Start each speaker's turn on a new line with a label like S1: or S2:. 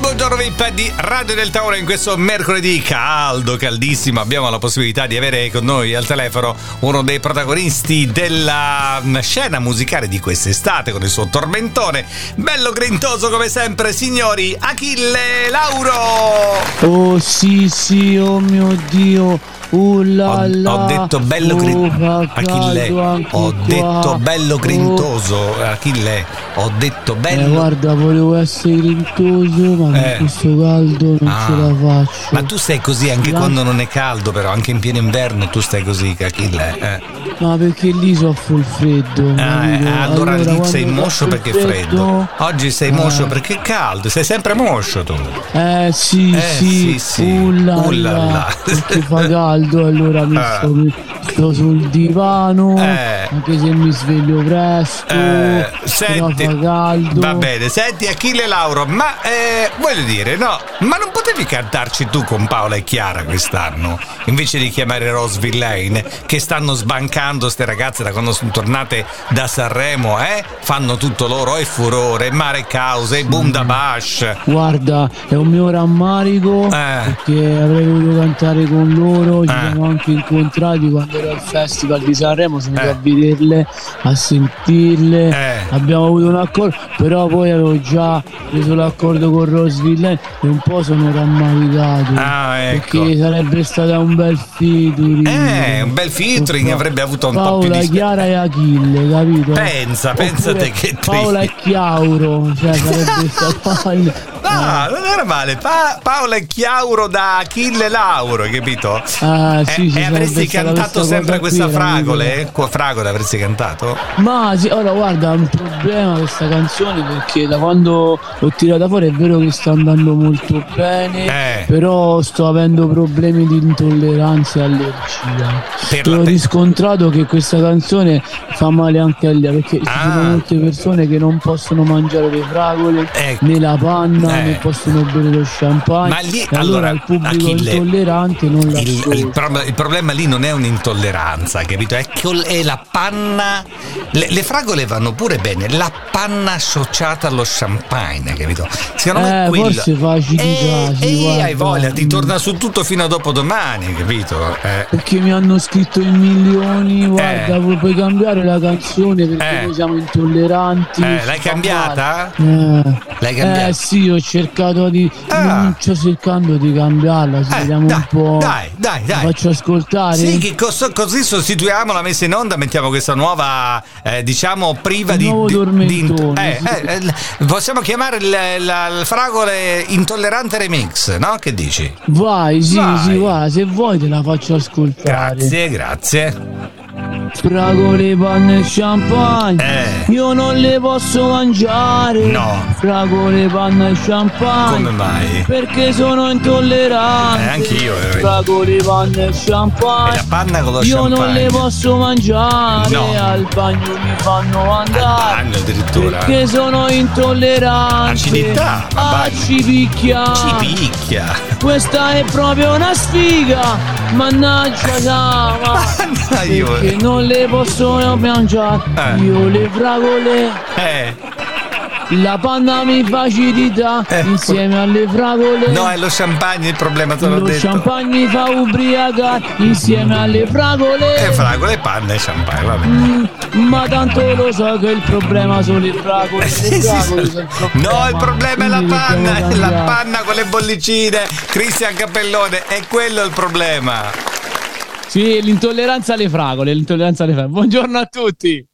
S1: Buongiorno VIP di Radio del Tauro in questo mercoledì caldo, caldissimo. Abbiamo la possibilità di avere con noi al telefono uno dei protagonisti della mm, scena musicale di quest'estate con il suo tormentone. Bello grintoso come sempre, signori, Achille Lauro!
S2: Oh sì sì, oh mio Dio, uh la
S1: Ho,
S2: la.
S1: ho detto bello
S2: oh,
S1: grintoso,
S2: fa
S1: Achille.
S2: caldo anche
S1: Ho
S2: qua.
S1: detto bello
S2: Oh,
S1: grintoso, Achille. Ho detto
S2: Eh,
S1: bello
S2: guarda, volevo essere grintoso, ma
S1: Eh.
S2: con questo caldo non
S1: Ah.
S2: ce la faccio.
S1: Ma tu stai così anche
S2: Là-
S1: quando non è caldo, però anche in pieno inverno tu stai così, Achille. eh.
S2: Ma perché lì soffro il freddo.
S1: Ah, eh,
S2: capito?
S1: allora lì
S2: quando
S1: sei
S2: soffro
S1: moscio
S2: il
S1: perché è freddo. Oggi sei moscio
S2: eh.
S1: perché è caldo, sei sempre moscio tu.
S2: Eh sì,
S1: Eh, sì,
S2: sì,
S1: sì.
S2: Ulla,
S1: Uh là
S2: là.
S1: là.
S2: Perché fa caldo, allora mi
S1: Eh.
S2: sto, sto sul divano,
S1: Eh.
S2: anche se mi sveglio presto,
S1: Eh,
S2: però
S1: senti,
S2: fa caldo.
S1: va bene, senti Achille Lauro, ma eh, voglio dire, no, ma non potevi cantarci tu con Paola e Chiara quest'anno, invece di chiamare Rose Villain, che stanno sbancando ste ragazze da quando sono tornate da Sanremo, eh? Fanno tutto loro, e furore, e mare causa, e boom da bash.
S2: Guarda, è un mio rammarico
S1: Eh.
S2: perché avrei voluto cantare con loro, ci
S1: Eh.
S2: siamo anche incontrati quando ero al Festival di Sanremo, sono andato a vederle, a sentirle,
S1: Eh.
S2: abbiamo avuto un accordo, però poi avevo già preso l'accordo con Rose Villain e un po' sono rammaricato.
S1: Ah, ecco.
S2: Perché sarebbe stata un bel featuring.
S1: Eh, un bel featuring
S2: Paola-
S1: avrebbe avuto un po' più
S2: Paola
S1: di spe-
S2: Chiara e Achille, capito?
S1: Pensa, pensa
S2: Oppure
S1: te che
S2: Paola
S1: triste.
S2: e Chiauro, cioè sarebbe stato
S1: Ah, non era male. Pa- Paola e Chiauro da Achille Lauro, hai capito?
S2: Ah, sì,
S1: Eh,
S2: sì,
S1: e avresti
S2: sarebbe stata
S1: cantato
S2: questa
S1: sempre
S2: cosa
S1: questa
S2: qui,
S1: fragole? Eh? Qua fragole avresti cantato?
S2: Ma sì, ora guarda, è un problema questa canzone perché da quando l'ho tirata fuori è vero che sta andando molto bene,
S1: Eh,
S2: però sto avendo problemi di intolleranza e allergia.
S1: per
S2: L'ho
S1: la te-
S2: riscontrato che questa canzone fa male anche agli perché ci
S1: Ah.
S2: sono molte persone che non possono mangiare le fragole
S1: Ecco.
S2: né la panna
S1: Eh.
S2: né possono bere lo champagne.
S1: Ma lì,
S2: e allora,
S1: allora,
S2: il pubblico
S1: Achille,
S2: intollerante non la
S1: Il, il prob- il problema lì non è un'intolleranza, capito? È, che- è la panna. Le, le fragole vanno pure bene, la panna associata allo champagne, capito? Secondo me
S2: Eh,
S1: quello.
S2: forse fa acidità,
S1: E,
S2: sì, guarda.
S1: hai voglia, ti torna su tutto fino a dopo domani, capito? Eh,
S2: Perché mi hanno scritto in milioni, guarda, pu- puoi cambiare la canzone perché
S1: Eh.
S2: noi siamo intolleranti.
S1: eh,
S2: ci
S1: l'hai
S2: fa
S1: cambiata?
S2: male. Eh.
S1: L'hai cambiata?
S2: Eh sì, ho cercato di.
S1: Ah.
S2: Non sto cercando di cambiarla, se
S1: Eh,
S2: vediamo
S1: dai,
S2: un po'.
S1: dai, dai,
S2: La
S1: dai.
S2: faccio ascoltare.
S1: Sì, che cos- così sostituiamo la messa in onda, mettiamo questa nuova, eh, diciamo, priva
S2: Un
S1: di...
S2: nuovo
S1: di-
S2: tormentone,
S1: di- eh, eh, eh, l- possiamo chiamare il, la- il fragole intollerante remix, no? Che dici?
S2: Vai, sì,
S1: Vai.
S2: sì, guarda, se vuoi te la faccio ascoltare.
S1: Grazie, grazie.
S2: Fragole, panne e champagne.
S1: Eh,
S2: Io non le posso mangiare.
S1: No.
S2: Fragole, panna e champagne.
S1: come mai?
S2: Perché sono intollerante.
S1: Eh, anch'io, eh.
S2: Fragole, panna
S1: È
S2: e
S1: la
S2: champagne.
S1: panna con lo
S2: Io non
S1: champagne.
S2: le posso mangiare.
S1: No.
S2: Al bagno mi fanno andare.
S1: bagno addirittura.
S2: Perché sono intollerante.
S1: Acidità, ma
S2: Ah,
S1: bagno.
S2: ci picchia.
S1: Ci picchia.
S2: Questa è proprio una sfiga. Mannaggia lama.
S1: Panna
S2: Perché
S1: Eh. io...
S2: non le posso mangiare.
S1: Eh.
S2: Io le fragole.
S1: Eh,
S2: La panna mi facilità
S1: Eh.
S2: insieme alle fragole.
S1: no, è lo champagne il problema, te l'ho
S2: Lo
S1: detto.
S2: champagne mi fa ubriacare insieme alle fragole.
S1: E Eh, fragole, panna e champagne, va bene.
S2: Mm, ma tanto lo so che il problema sono le fragole.
S1: Eh, Sì,
S2: le
S1: sì,
S2: fragole
S1: sì.
S2: sono
S1: No, il problema è la
S2: Quindi dobbiamo
S1: panna, è la
S2: cambiare.
S1: panna con le bollicine. Cristian Cappellone, è quello il problema.
S2: Sì, l'intolleranza alle fragole, l'intolleranza alle fragole. Buongiorno a tutti.